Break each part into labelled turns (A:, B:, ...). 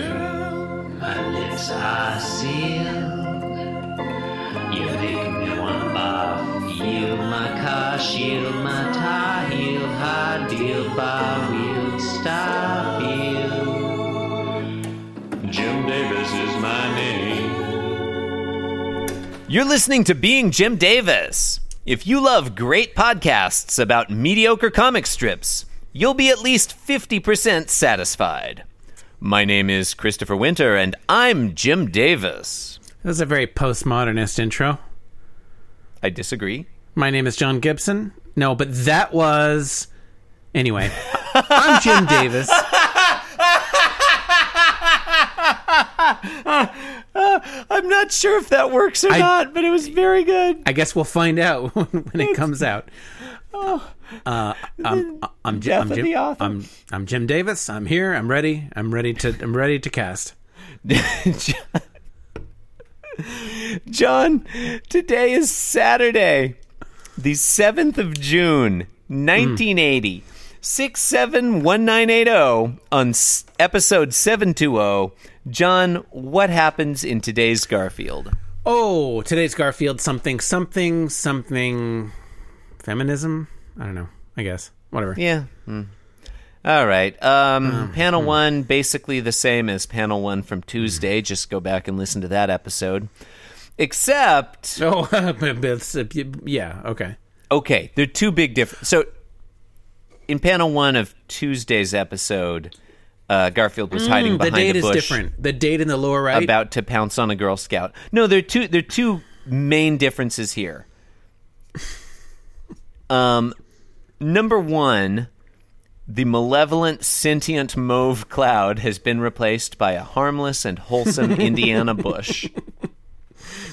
A: Girl, my lips are sealed. You make me wanna barf. Yield my car, shield my tie, heel, high deal, bar wheel, stop you. Jim Davis is my name.
B: You're listening to Being Jim Davis. If you love great podcasts about mediocre comic strips, you'll be at least 50% satisfied. My name is Christopher Winter, and I'm Jim Davis.
C: That was a very postmodernist intro.
B: I disagree.
C: My name is John Gibson. No, but that was. Anyway, I'm Jim Davis.
B: I'm not sure if that works or
C: not,
B: but it was very good.
C: I guess we'll find out when, when it comes out. Uh, I'm, I'm, Jim-
B: Oh. death
C: I'm
B: of the
C: Jim.
B: author.
C: I'm, I'm Jim Davis. I'm here. I'm ready. I'm ready to. I'm ready to cast.
B: John, today is Saturday, the 7th of June, 1980. 671980 on s- episode 720. John, what happens in today's Garfield?
C: Oh, today's Garfield something something something feminism. I don't know. I guess whatever.
B: Yeah. Hmm. All right. Um, panel one, basically the same as panel one from Tuesday. Just go back and listen to that episode. Except,
C: Oh, but it's- yeah. Okay.
B: okay, there are two big differences. So, in panel one of Tuesday's episode, uh, Garfield was hiding
C: Mm, The
B: behind
C: date
B: a
C: is
B: bush,
C: different. The date in the lower right.
B: about to pounce on a Girl Scout. No, there are two. There are two main differences here. Um, number one, the malevolent sentient mauve cloud has been replaced by a harmless and wholesome Indiana bush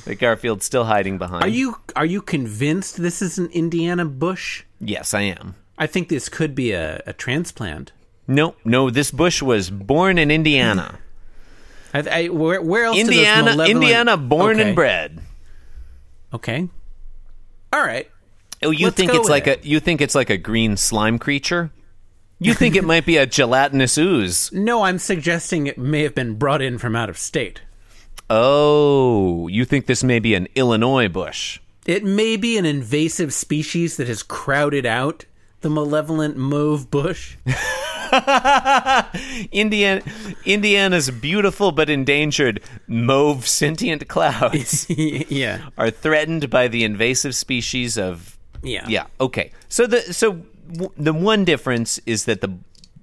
B: that Garfield's still hiding behind.
C: Are you are you convinced this is an Indiana bush?
B: Yes, I am.
C: I think this could be a, a transplant.
B: No, no, this bush was born in Indiana.
C: I, I, where, where else? do those
B: Indiana,
C: malevolent-
B: Indiana, born
C: Okay.
B: and bred.
C: Okay. All right.
B: Oh, you
C: Let's
B: think
C: go
B: it's
C: with
B: like
C: it.
B: a you think it's like a green slime creature? You think it might be a gelatinous ooze?
C: No, I'm suggesting it may have been brought in from out of state.
B: Oh, you think this may be an Illinois bush?
C: It may be an invasive species that has crowded out the malevolent mauve bush.
B: Indiana, Indiana's beautiful but endangered mauve sentient clouds
C: yeah.
B: are threatened by the invasive species of
C: Yeah.
B: Yeah. Okay. So the so w- the one difference is that the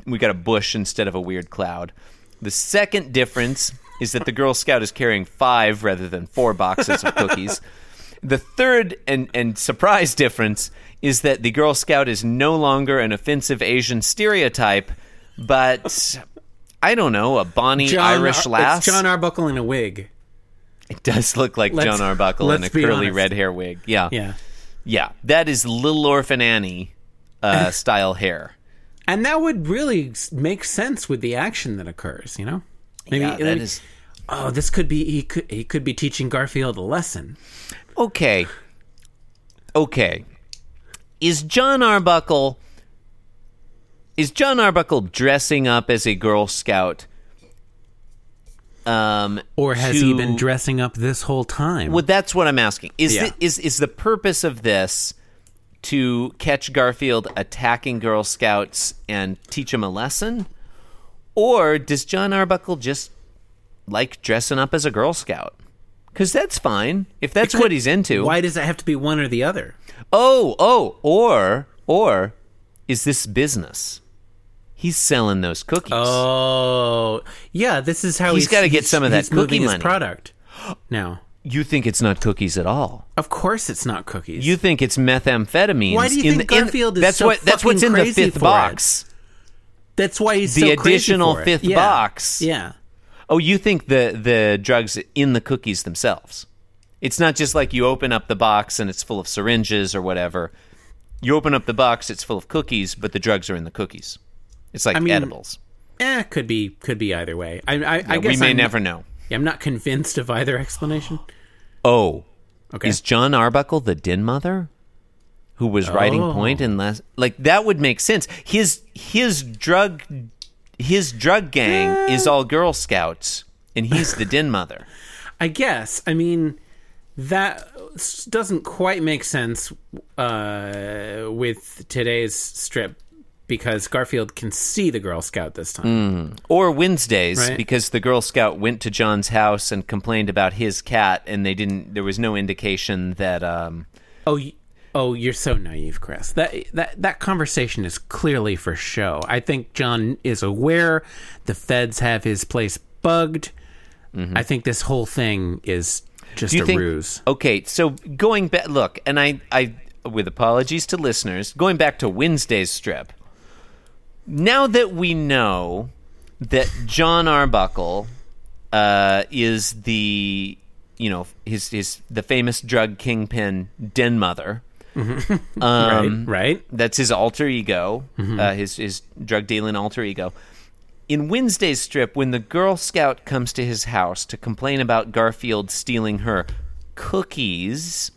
B: we got a bush instead of a weird cloud. The second difference is that the Girl Scout is carrying five rather than four boxes of cookies. The third and and surprise difference is that the Girl Scout is no longer an offensive Asian stereotype, but I don't know a Bonnie Irish lass.
C: It's John Arbuckle in a wig.
B: it does look like
C: Let's-
B: John Arbuckle in
C: let's
B: a
C: be
B: curly
C: honest.
B: red hair wig. Yeah.
C: Yeah.
B: Yeah, that is Little Orphan Annie uh, style hair.
C: And that would really s- make sense with the action that occurs, you know? Maybe
B: Yeah, that is-
C: Oh, this could be he could he could be teaching Garfield a lesson.
B: Okay. Okay. Is John Arbuckle is John Arbuckle dressing up as a Girl Scout? Um
C: Or has he
B: to-
C: been dressing up this whole time?
B: Well, that's what I'm asking. Is
C: Yeah.
B: thi- is is the purpose of this to catch Garfield attacking Girl Scouts and teach him a lesson, or does John Arbuckle just like dressing up as a Girl Scout? Because that's fine if that's what he's into.
C: Why does it have to be one or the other?
B: Oh, oh, or or is this business? He's selling those cookies.
C: Oh, yeah. This is how
B: He's
C: he's,
B: gotta get some of that
C: he's moving
B: cookie
C: his
B: money.
C: product. Now,
B: you think it's not cookies at all?
C: of course, it's not cookies.
B: You think it's methamphetamines?
C: Why do you
B: in
C: think
B: the- in-
C: Garfield is
B: That's
C: so
B: what. That's what's
C: fucking
B: in the
C: crazy
B: fifth
C: for it?
B: box.
C: That's why he's
B: the
C: so crazy
B: additional
C: for it.
B: fifth
C: Yeah.
B: box.
C: Yeah.
B: Oh, you think the the drugs in the cookies themselves? It's not just like you open up the box and it's full of syringes or whatever. You open up the box, it's full of cookies, but the drugs are in the cookies. It's like
C: mean,
B: edibles.
C: Eh, could be could be either way. I, I, I
B: Yeah,
C: guess
B: we may
C: I'm,
B: never know.
C: I'm not convinced of either explanation.
B: Oh,
C: Okay.
B: is John Arbuckle the Din Mother, who was writing
C: Oh.
B: point in last? Like that would make sense. His his drug his drug gang is all Girl Scouts, and he's the din mother.
C: I guess. I mean, that s- doesn't quite make sense uh, with today's strip because Garfield can see the Girl Scout this
B: Mm.
C: time.
B: Or Wednesdays,
C: Right.
B: because the Girl Scout went to John's house and complained about his cat, and they didn't. There was no indication that. Um,
C: Oh, y- oh, you're so naive, Chris. That that that conversation is clearly for show. I think John is aware the feds have his place bugged. I think this whole thing is
B: Mm-hmm.
C: just
B: do you
C: a
B: think?
C: ruse.
B: Okay, so going back, look, and I, I, with apologies to listeners, going back to Wednesday's strip. Now that we know that John Arbuckle uh, is the, you know, his his the famous drug kingpin den mother. um,
C: right? Right?
B: That's his alter ego,
C: Mm-hmm.
B: uh, his his drug dealing alter ego. In Wednesday's strip, when the Girl Scout comes to his house to complain about Garfield stealing her cookies,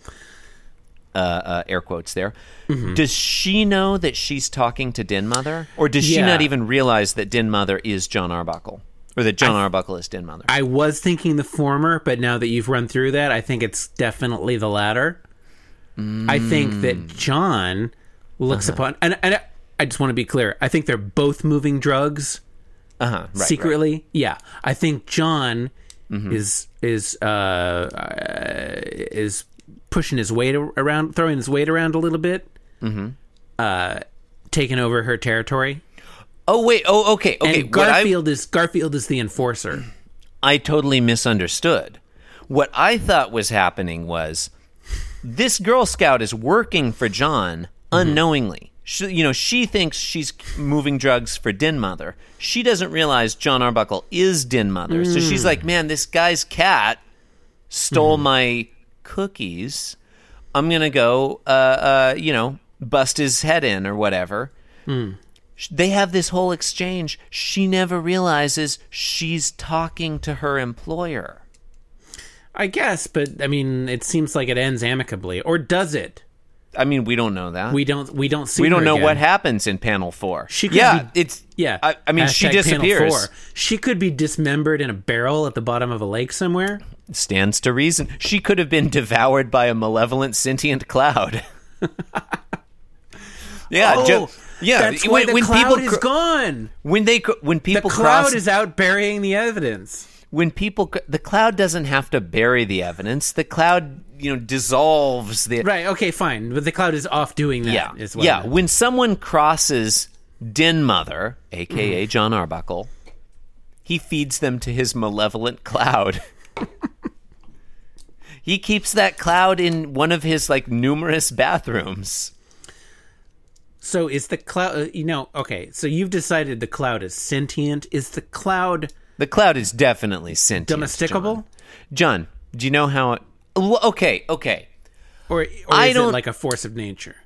B: uh, uh, air quotes there,
C: Mm-hmm.
B: does she know that she's talking to Din Mother, or does she
C: Yeah.
B: not even realize that Din Mother is John Arbuckle, or that John Arbuckle is Din Mother?
C: I was thinking the former, but now that you've run through that, I think it's definitely the latter. I think that
B: Mm.
C: John looks
B: Uh-huh.
C: upon, and, and I, I just want to be clear. I think they're both moving drugs
B: Uh huh. Right, right. Mm-hmm.
C: secretly. Yeah, I think John is is uh, uh, is pushing his weight ar- around, throwing his weight around a little bit, mm-hmm. uh, taking over her territory.
B: Oh wait. Oh okay. Okay.
C: and
B: what I-
C: Garfield is Garfield is the enforcer.
B: I totally misunderstood. What I thought was happening was this Girl Scout is working for John unknowingly. She, you know, she thinks she's moving drugs for Din Mother. She doesn't realize John Arbuckle is Din Mother. So she's like, man, this guy's cat stole my cookies. I'm going to go, uh, uh, you know, bust his head in or whatever. Sh- They have this whole exchange. She never realizes she's talking to her employer.
C: I guess, but I mean, it seems like it ends amicably, or does it?
B: I mean, we don't know that.
C: We don't. We don't see.
B: We don't
C: her
B: know
C: again.
B: what happens in panel four.
C: She could
B: yeah,
C: be-
B: it's
C: Yeah,
B: I, I mean, she
C: Hashtag panel
B: disappears.
C: four. She could be dismembered in a barrel at the bottom of a lake somewhere.
B: Stands to reason. She could have been devoured by a malevolent sentient cloud. yeah,
C: Oh,
B: ju- yeah.
C: that's
B: when,
C: why the
B: when
C: cloud
B: people
C: is
B: cr-
C: gone.
B: when they cr- when
C: The
B: people
C: cloud
B: cross
C: is out burying the evidence.
B: when people c- the cloud doesn't have to bury the evidence. The cloud you know dissolves the
C: Right. Okay. Fine. But the cloud is off doing that.
B: Yeah.
C: Is what I
B: yeah.
C: meant.
B: When someone crosses Din Mother,
C: Mm.
B: aka John Arbuckle, he feeds them to his malevolent cloud. he keeps that cloud in one of his like numerous bathrooms.
C: So is the cloud? uh, You know. Okay. So you've decided the cloud is sentient. Is the cloud
B: The cloud is definitely sentient.
C: domesticable,
B: John, John, do you know how? It, Well, okay, okay.
C: or or
B: I
C: is it
B: don't-
C: like a force of nature?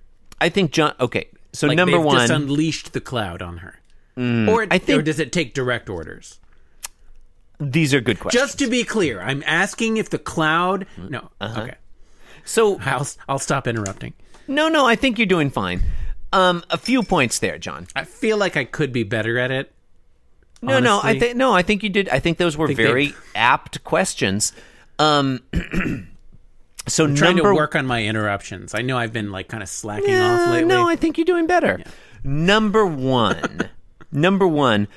B: I think John. Okay, so
C: Like
B: number
C: they've
B: one, Mm.
C: just unleashed the cloud on her, or,
B: I think-
C: or does it take direct orders?
B: these are good questions.
C: Just to be clear, I'm asking if the cloud. No, okay,
B: Uh-huh. so
C: I'll I'll stop interrupting.
B: no, no. I think you're doing fine. Um, a few points there, John.
C: I feel like I could be better at it.
B: No, no, I
C: honestly.
B: think no, I think you did. I think those were
C: they-
B: very apt questions. Um, so
C: Trying
B: number
C: to work on my interruptions. I know I've been like kind of slacking off
B: Uh,
C: lately.
B: no, I think you're doing better. Number one, number one.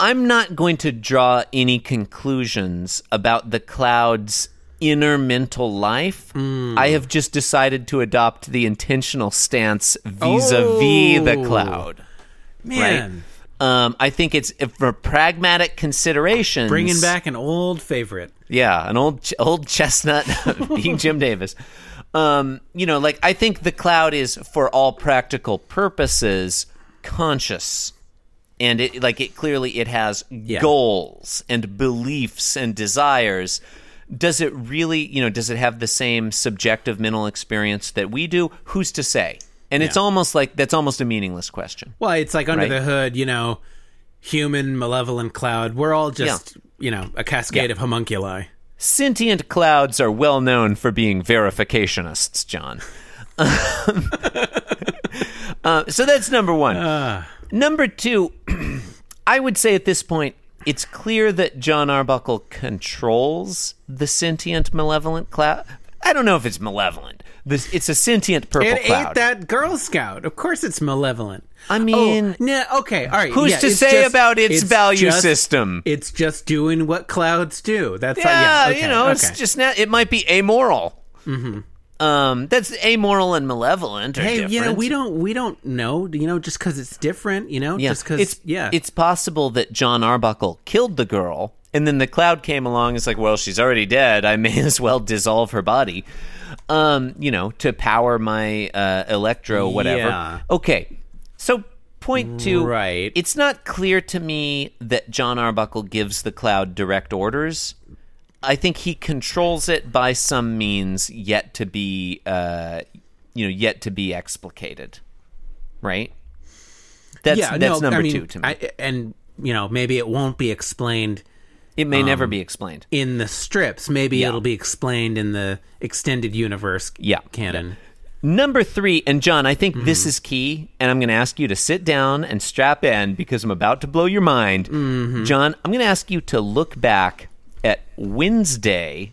B: I'm not going to draw any conclusions about the cloud's inner mental life.
C: Hmm.
B: I have just decided to adopt the intentional stance vis a vis the
C: Oh.
B: cloud.
C: Man,
B: Um, I think it's if for pragmatic considerations.
C: bringing back an old favorite.
B: Yeah, an old ch- old chestnut being Jim Davis. Um, you know, like I think the cloud is for all practical purposes conscious. And it like it clearly it has goals and beliefs and desires. Does it really, you know, does it have the same subjective mental experience that we do? Who's to say? And it's
C: Yeah.
B: almost like that's almost a meaningless question.
C: Well, it's like under
B: Right.
C: the hood, you know, human malevolent cloud. We're all just you know a cascade of homunculi.
B: Sentient clouds are well known for being verificationists, John. Um,
C: Ah.
B: uh, so that's number one. Number two, I would say at this point, it's clear that John Arbuckle controls the sentient malevolent cloud. I don't know if it's malevolent. This it's a sentient purple
C: It
B: cloud.
C: ain't that Girl Scout. Of course, it's malevolent.
B: I mean-
C: oh, nah, okay, all right.
B: Who's
C: yeah,
B: to
C: it's
B: say
C: just-
B: about its value
C: just-
B: system?
C: It's just doing what clouds do. That's
B: yeah,
C: yeah, okay,
B: you know, it's
C: okay. Mm-hmm.
B: just not. It might be amoral. Um, that's amoral and malevolent. Are
C: Hey,
B: different.
C: you know, we don't we don't know. You know, just because it's different. You know,
B: Yeah.
C: just because
B: it's
C: yeah,
B: it's possible that John Arbuckle killed the girl, and then the cloud came along. and It's like, well, she's already dead. I may as well dissolve her body. Um, you know, to power my uh, electro, whatever.
C: Yeah.
B: Okay, so point two,
C: Right.
B: It's not clear to me that John Arbuckle gives the cloud direct orders. I think he controls it by some means yet to be, uh, you know, yet to be explicated, right? That's
C: yeah.
B: that's
C: no,
B: number
C: I mean,
B: two to me.
C: I, and you know, maybe it won't be explained
B: it may
C: um,
B: never be explained.
C: in the strips. Maybe it'll be explained in the extended universe.
B: Yeah.
C: canon.
B: Number three, and John, I think
C: Mm-hmm.
B: this is key, and I'm going to ask you to sit down and strap in because I'm about to blow your mind.
C: Mm-hmm.
B: John, I'm going to ask you to look back at Wednesday,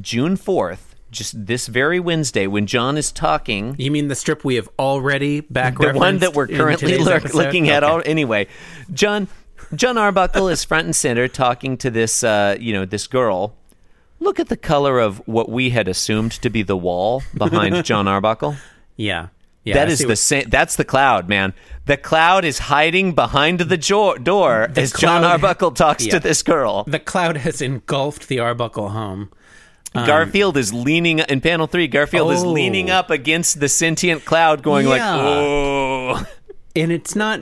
B: June 4th, just this very Wednesday, when John is talking
C: You mean the strip we have already back
B: the one that we're
C: referenced in
B: currently
C: today's
B: lurk-
C: episode?
B: looking at.
C: Okay.
B: All, anyway, John John Arbuckle is front and center talking to this uh, you know this girl. Look at the color of what we had assumed to be the wall behind John Arbuckle.
C: Yeah. Yeah,
B: That
C: I
B: is
C: see
B: the
C: what-
B: same. That's the cloud, man. The cloud is hiding behind the jo- door as John
C: cloud-
B: Arbuckle talks
C: Yeah.
B: to this girl.
C: the cloud has engulfed the Arbuckle home.
B: Garfield is leaning in panel three. Garfield is
C: Oh.
B: leaning up against the sentient cloud, going like,
C: Yeah.
B: "Oh,
C: and it's not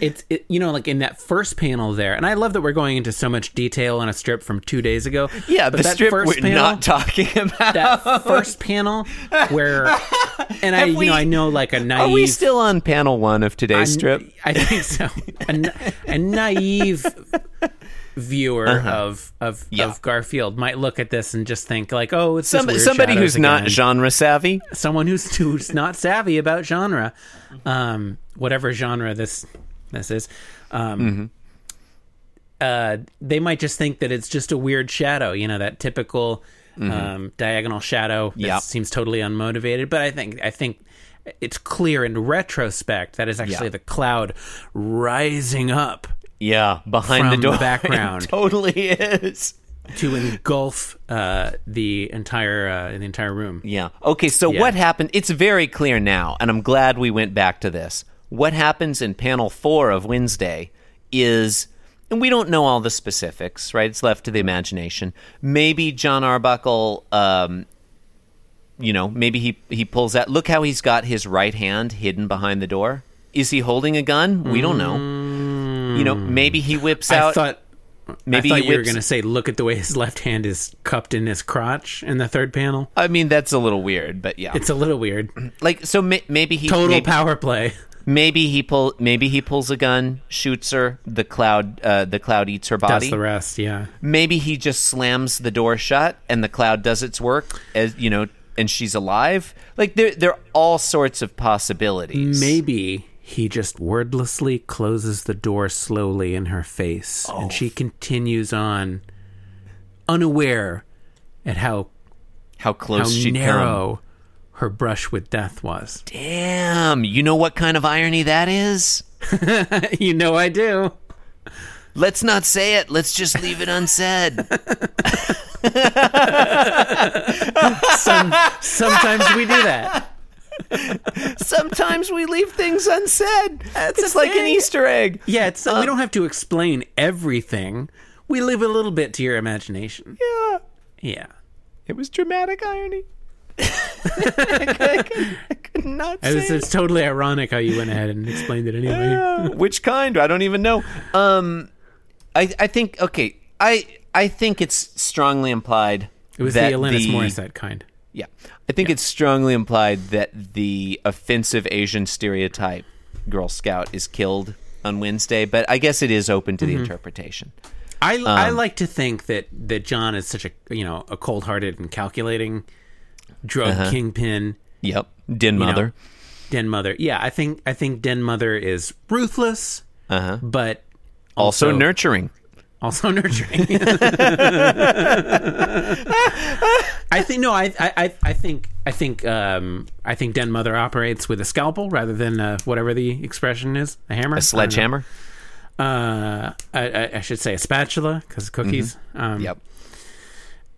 C: it's it, you know like in that first panel there and i love that we're going into so much detail on a strip from two days ago
B: yeah."
C: but
B: the
C: that
B: strip
C: first
B: we're
C: panel,
B: not talking about.
C: that first panel where and i
B: Have we-
C: you know i know like a naive
B: Are we still on panel one of today's strip?
C: i think so a, na- a naive viewer of of
B: Uh-huh. Yeah.
C: of garfield might look at this and just think like oh it's just
B: Some,
C: weird
B: somebody
C: shadows
B: who's not
C: again.
B: genre savvy.
C: someone who's who's not savvy about genre, um, whatever genre this this is, um, uh, they might just think that it's just a weird shadow. You know that typical um, diagonal shadow that
B: Yep.
C: seems totally unmotivated. But I think I think it's clear in retrospect that is actually
B: Yeah.
C: the cloud rising up
B: Yeah, behind
C: From
B: the
C: the
B: door. It
C: background.
B: totally is.
C: to engulf uh, the entire uh, the entire room.
B: Yeah. Okay, so what happened? It's very clear now, and I'm glad we went back to this. What happens in panel four of Wednesday is, and we don't know all the specifics, right? It's left to the imagination. Maybe John Arbuckle, um, you know, maybe he, he pulls out. Look how he's got his right hand hidden behind the door. Is he holding a gun? We don't know. You know, maybe he whips
C: I
B: out.
C: thought
B: maybe
C: I thought
B: he
C: you were
B: whips-
C: going to say, look at the way his left hand is cupped in his crotch in the third panel.
B: I mean, that's a little weird, but yeah.
C: It's a little weird.
B: like, so ma- maybe he
C: Total
B: maybe-
C: power play.
B: Maybe he pull. Maybe he pulls a gun, shoots her. The cloud. Uh, the cloud eats her
C: That's
B: body.
C: the rest, yeah.
B: Maybe he just slams the door shut, and the cloud does its work. As you know, and she's alive. Like there, there are all sorts of possibilities.
C: Maybe he just wordlessly closes the door slowly in her face, and
B: Oh.
C: she continues on, unaware at how,
B: how
C: how
B: close she come.
C: narrow her brush with death was.
B: Damn, you know what kind of irony that is.
C: you know I do.
B: Let's not say it. Let's just leave it unsaid.
C: Some, sometimes we do that.
B: Sometimes we leave things unsaid. it's
C: a
B: like an
C: thing.
B: Easter egg.
C: Yeah, it's,
B: Uh,
C: we don't have to explain everything. We leave a little bit to your imagination.
B: Yeah.
C: Yeah.
B: It was dramatic irony. I, could, not
C: It
B: say.
C: was, it's totally ironic how you went ahead and explained it anyway.
B: Yeah. Which kind? I don't even know. Um, I I think okay. I I think it's strongly implied.
C: It was the
B: that
C: Alanis
B: the-
C: Morissette kind.
B: Yeah, I think it's strongly implied that the offensive Asian stereotype Girl Scout is killed on Wednesday, but I guess it is open to
C: Mm-hmm.
B: the interpretation.
C: I, I
B: Um,
C: like to think that, that John is such a you know a cold hearted and calculating drug
B: Uh-huh.
C: kingpin
B: Yep, Din
C: you know,
B: mother. Uh-huh.
C: den mother. Yeah, I think I think den mother is ruthless, but
B: Also,
C: Also-
B: nurturing.
C: also nurturing. I think no, I I I- I think I think um I think Den Mother operates with a scalpel rather than uh, whatever the expression is, a hammer,
B: A sledgehammer.
C: Uh, I, I, I should say a spatula because cookies. Um,
B: Mm-hmm. Yep.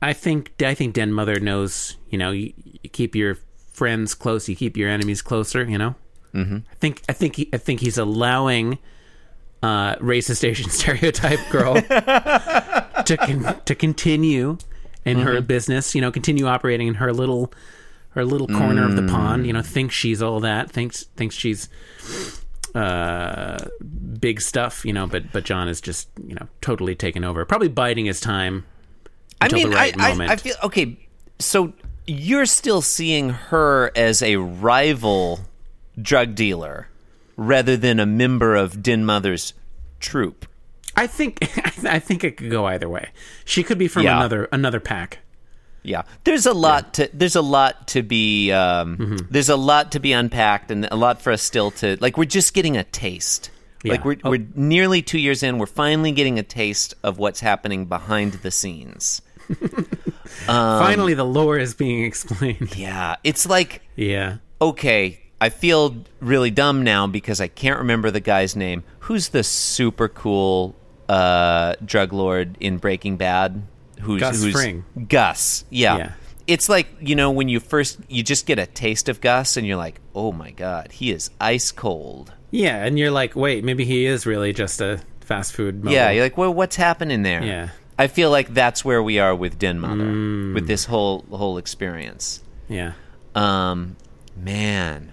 C: I think I think Den Mother knows. You know, you, you keep your friends close, you keep your enemies closer. You know, mm-hmm. I think I think he, I think he's allowing uh, racist Asian stereotype girl to con- to continue in her
B: Mm-hmm.
C: business. You know, continue operating in her little her little corner
B: Mm.
C: of the pond. You know, thinks she's all that. thinks thinks she's uh big stuff you know but but john is just you know totally taken over probably biding his time
B: I
C: until
B: mean,
C: the right
B: I,
C: moment.
B: I, I feel okay. So you're still seeing her as a rival drug dealer rather than a member of Din Mother's troop.
C: I think I think it could go either way. She could be from
B: Yeah.
C: another another pack.
B: Yeah, there's a lot to there's a lot to be um,
C: Mm-hmm.
B: there's a lot to be unpacked and a lot for us still to like. We're just getting a taste. Like
C: Yeah.
B: we're
C: Oh.
B: we're nearly two years in. We're finally getting a taste of what's happening behind the scenes. Um,
C: Finally, the lore is being explained.
B: Yeah, it's like
C: yeah,
B: okay, I feel really dumb now because I can't remember the guy's name. Who's the super cool uh, drug lord in Breaking Bad? Who's
C: Gus
B: who's
C: Fring.
B: Gus? Yeah.
C: Yeah.
B: It's like you know when you first you just get a taste of Gus and you're like, oh my god, he is ice cold.
C: yeah. And you're like, wait, maybe he is really just a fast food. Mobile.
B: Yeah, you're like, well, what's happening there?
C: Oh. Yeah. Mm.
B: I feel like that's where we are with Den Mother, with this whole whole experience.
C: yeah.
B: Um, man,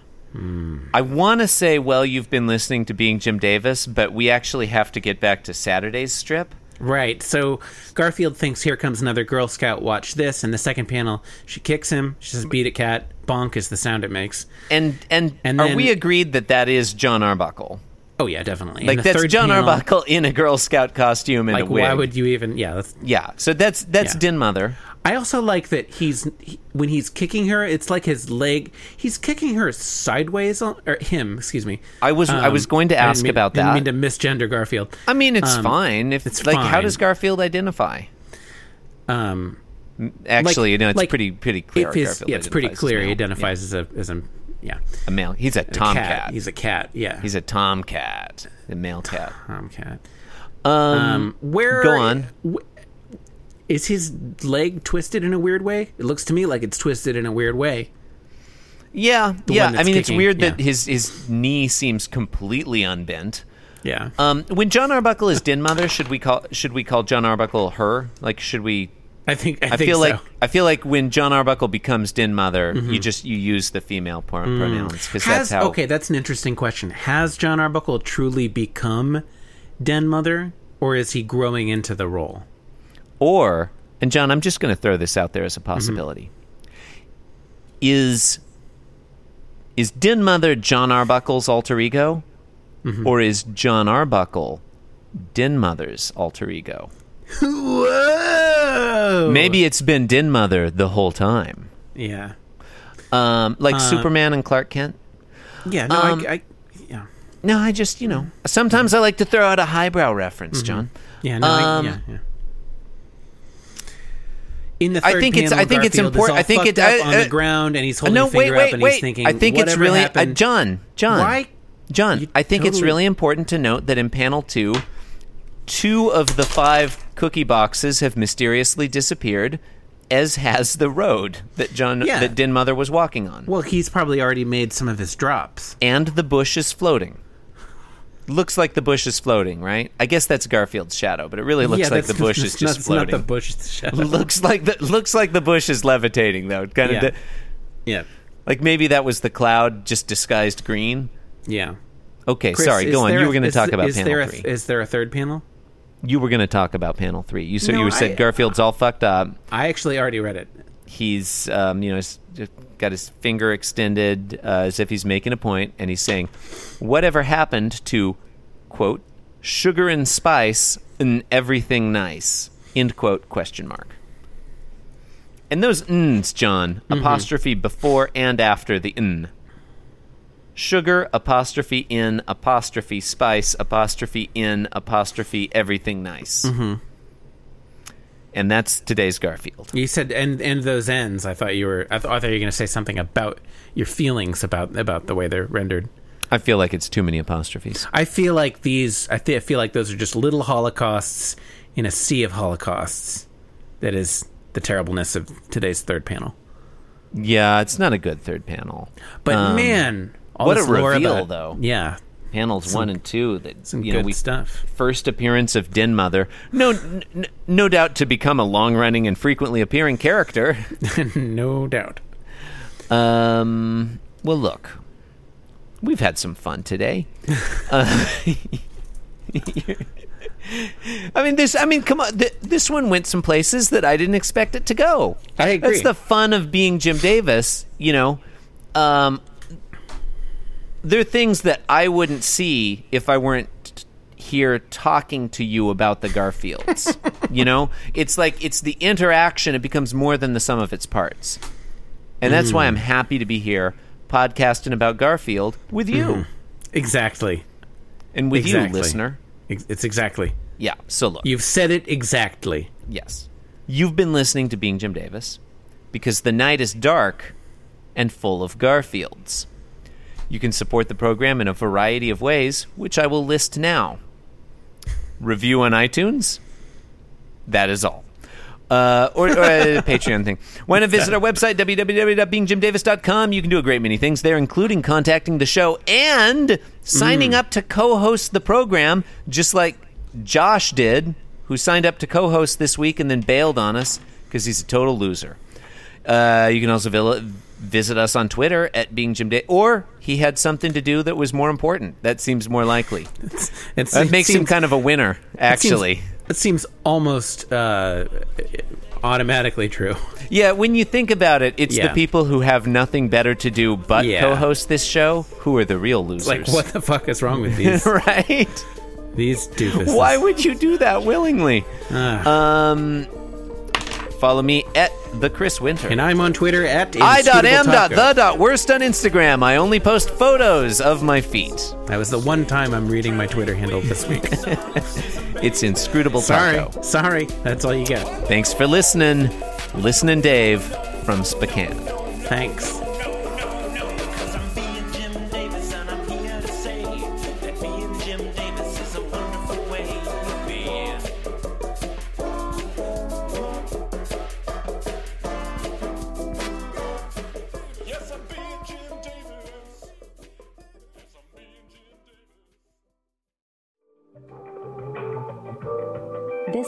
B: I want to say, well, you've been listening to Being Jim Davis, but we actually have to get back to Saturday's strip.
C: Right. So Garfield thinks here comes another Girl Scout. Watch this. In the second panel, she kicks him. She says, "Beat it, cat." Bonk is the sound it makes.
B: And and,
C: And
B: are
C: then-
B: we agreed that that is John Arbuckle?
C: Oh yeah, definitely. In
B: Like
C: the
B: that's
C: third
B: John
C: panel,
B: Arbuckle in a Girl Scout costume and
C: Like,
B: a wig.
C: why would you even? Yeah, that's
B: yeah, so that's that's
C: Yeah.
B: Din Mother.
C: I also like that he's he, when he's kicking her, it's like his leg. He's kicking her sideways on or him, excuse me.
B: I was- I was going to
C: Um, didn't
B: ask
C: mean-
B: about
C: didn't
B: that.
C: mean to misgender Garfield.
B: I mean, it's
C: Um,
B: fine. If
C: it's
B: like, how
C: fine.
B: does Garfield identify?
C: Um,
B: Actually,
C: like-
B: no, it's
C: like,
B: pretty pretty clear.
C: if his-
B: Garfield
C: yeah, it's pretty
B: identifies as
C: clear. He
B: male.
C: identifies as a as a yeah
B: Yeah, a male. He's a tomcat.
C: cat.
B: He's
C: He's a cat. Yeah,
B: a, tomcat. A male cat.
C: a tomcat.
B: um
C: Um, where
B: go on.
C: wh- is his leg twisted in a weird way? It looks to me like it's twisted in a weird way.
B: Yeah, yeah.
C: one
B: I
C: that's
B: mean, it's
C: kicking,
B: weird that
C: yeah.
B: his his knee seems completely unbent.
C: Yeah.
B: Um, when John Arbuckle is Din Mother, should we call should we call John Arbuckle her? Like, should we?
C: I think I,
B: I
C: think
B: feel
C: so. Mm-hmm.
B: like I feel like when John Arbuckle becomes Din Mother, you just you use the female por-
C: Mm.
B: pronouns because that's
C: Has,
B: how.
C: okay, that's an interesting question. Has John Arbuckle truly become Den Mother, or is he growing into the role?
B: Or and John, I'm just going to throw this out there as
C: Mm-hmm.
B: a possibility. Is is Din Mother John Arbuckle's alter ego,
C: Mm-hmm.
B: or is John Arbuckle Din Mother's alter ego?
C: Whoa!
B: Maybe it's been Din Mother the whole time.
C: Yeah.
B: Um, like
C: Uh,
B: Superman and Clark Kent.
C: Yeah. No.
B: Um,
C: I, I. Yeah.
B: No, I just, you know,
C: Mm-hmm.
B: sometimes I like to throw out a highbrow reference, John.
C: Yeah. No.
B: um,
C: I, yeah. Yeah. In the
B: I
C: third
B: think it's-
C: panel,
B: I think it's
C: Garfield is
B: important-
C: all
B: I think
C: fucked
B: it- I-
C: up on
B: I- Uh,
C: the ground, and he's holding
B: no,
C: a
B: wait,
C: finger
B: wait,
C: up, and
B: wait.
C: he's thinking,
B: I think it's
C: "Whatever
B: really uh,
C: happened,
B: John. John.
C: Why-
B: John,
C: You
B: I think it's
C: totally-
B: really important to note that in panel two, two of the five cookie boxes have mysteriously disappeared, as has the road that John
C: Yeah.
B: that Din Mother was walking on,
C: Well, he's probably already made some of his drops.
B: and the bush is floating. Looks like the bush is floating, right? I guess that's Garfield's shadow, but it really looks
C: yeah,
B: like
C: that's-
B: the bush
C: that's
B: is just
C: not,
B: floating.
C: Not the bush. it's the shadow.
B: looks like the looks like the bush is levitating though. Kind of
C: Yeah. Yeah.
B: like maybe that was the cloud just disguised green.
C: Yeah.
B: Okay,
C: Chris,
B: sorry.
C: is
B: Go on.
C: there
B: you
C: a-
B: were going to
C: is-
B: talk about
C: is
B: panel
C: there a,
B: three.
C: Is there a third panel?
B: you were going to talk about panel three. You so
C: No,
B: you said
C: I-
B: Garfield's all fucked up.
C: I actually already read it.
B: He's um, you know he's got his finger extended uh, as if he's making a point, and he's saying, "Whatever happened to quote sugar and spice and everything nice?" End quote question mark. And those n's, John, apostrophe before and after the n. sugar apostrophe in apostrophe spice apostrophe in apostrophe everything nice. Mm-hmm. And that's today's Garfield.
C: You said and and those ends. I thought you were. I, th- I thought you were going to say something about your feelings about about the way they're rendered.
B: I feel like it's too many apostrophes.
C: I feel like these. I, th- I feel like those are just little holocausts in a sea of holocausts. That is the terribleness of today's third panel.
B: Yeah, it's not a good third panel.
C: But
B: Um,
C: man, all
B: what
C: this
B: a
C: lore
B: reveal,
C: about-
B: though.
C: Yeah,
B: panels one and two that
C: some
B: you know
C: good
B: we
C: stuff.
B: first appearance of Din Mother. No, n- n- no doubt to become a long-running and frequently appearing character.
C: no doubt.
B: Um, well, look, we've had some fun today. Uh, I mean, this. I mean, come on. Th- this one went some places that I didn't expect it to go.
C: I agree.
B: That's the fun of being Jim Davis. You know, um, there are things that I wouldn't see if I weren't t- here talking to you about the Garfields. you know, it's like it's the interaction. It becomes more than the sum of its parts, and that's why I'm
C: Hmm.
B: happy to be here podcasting about Garfield with you
C: Exactly.
B: and with you,
C: Mm-hmm. Exactly.
B: listener.
C: Ex- It's exactly.
B: Yeah. So look,
C: You've said it exactly.
B: yes, you've been listening to Being Jim Davis because the night is dark and full of Garfields. You can support the program in a variety of ways, which I will list now. Review on iTunes. That is all. Uh, or, or a Patreon thing. Why not visit our website, www.beingjimdavis.com? You can do a great many things there, including contacting the show and
C: Mm.
B: signing up to co host the program, just like Josh did, who signed up to co host this week and then bailed on us because he's a total loser. Uh, you can also vil- visit us on Twitter at Being Jim Day, or he had something to do that was more important. That seems more likely.
C: It's,
B: That makes him kind of a winner, actually.
C: it seems almost uh, automatically true.
B: Yeah, when you think about it, it's
C: Yeah.
B: the people who have nothing better to do but
C: Yeah.
B: co-host this show who are the real losers.
C: Like, what the fuck is wrong with these
B: right?
C: these doofuses?
B: Why would you do that willingly?
C: Ah.
B: Um, follow me at the Chris Winter.
C: and I'm on Twitter at
B: I dot
C: Inscrutable
B: am dot
C: Taco.
B: the dot worst on Instagram. I only post photos of my feet.
C: That was the one time I'm reading my Twitter handle this week.
B: It's inscrutable
C: sorry,
B: taco.
C: sorry. That's all you get.
B: Thanks for listening, listening Dave from Spokane.
C: Thanks.
D: Cause I'm being Jim Davis and I'm here to say that being Jim Davis is a wonderful way to be. Yes, I'm being Jim Davis. Yes, I'm being Jim Davis.
E: This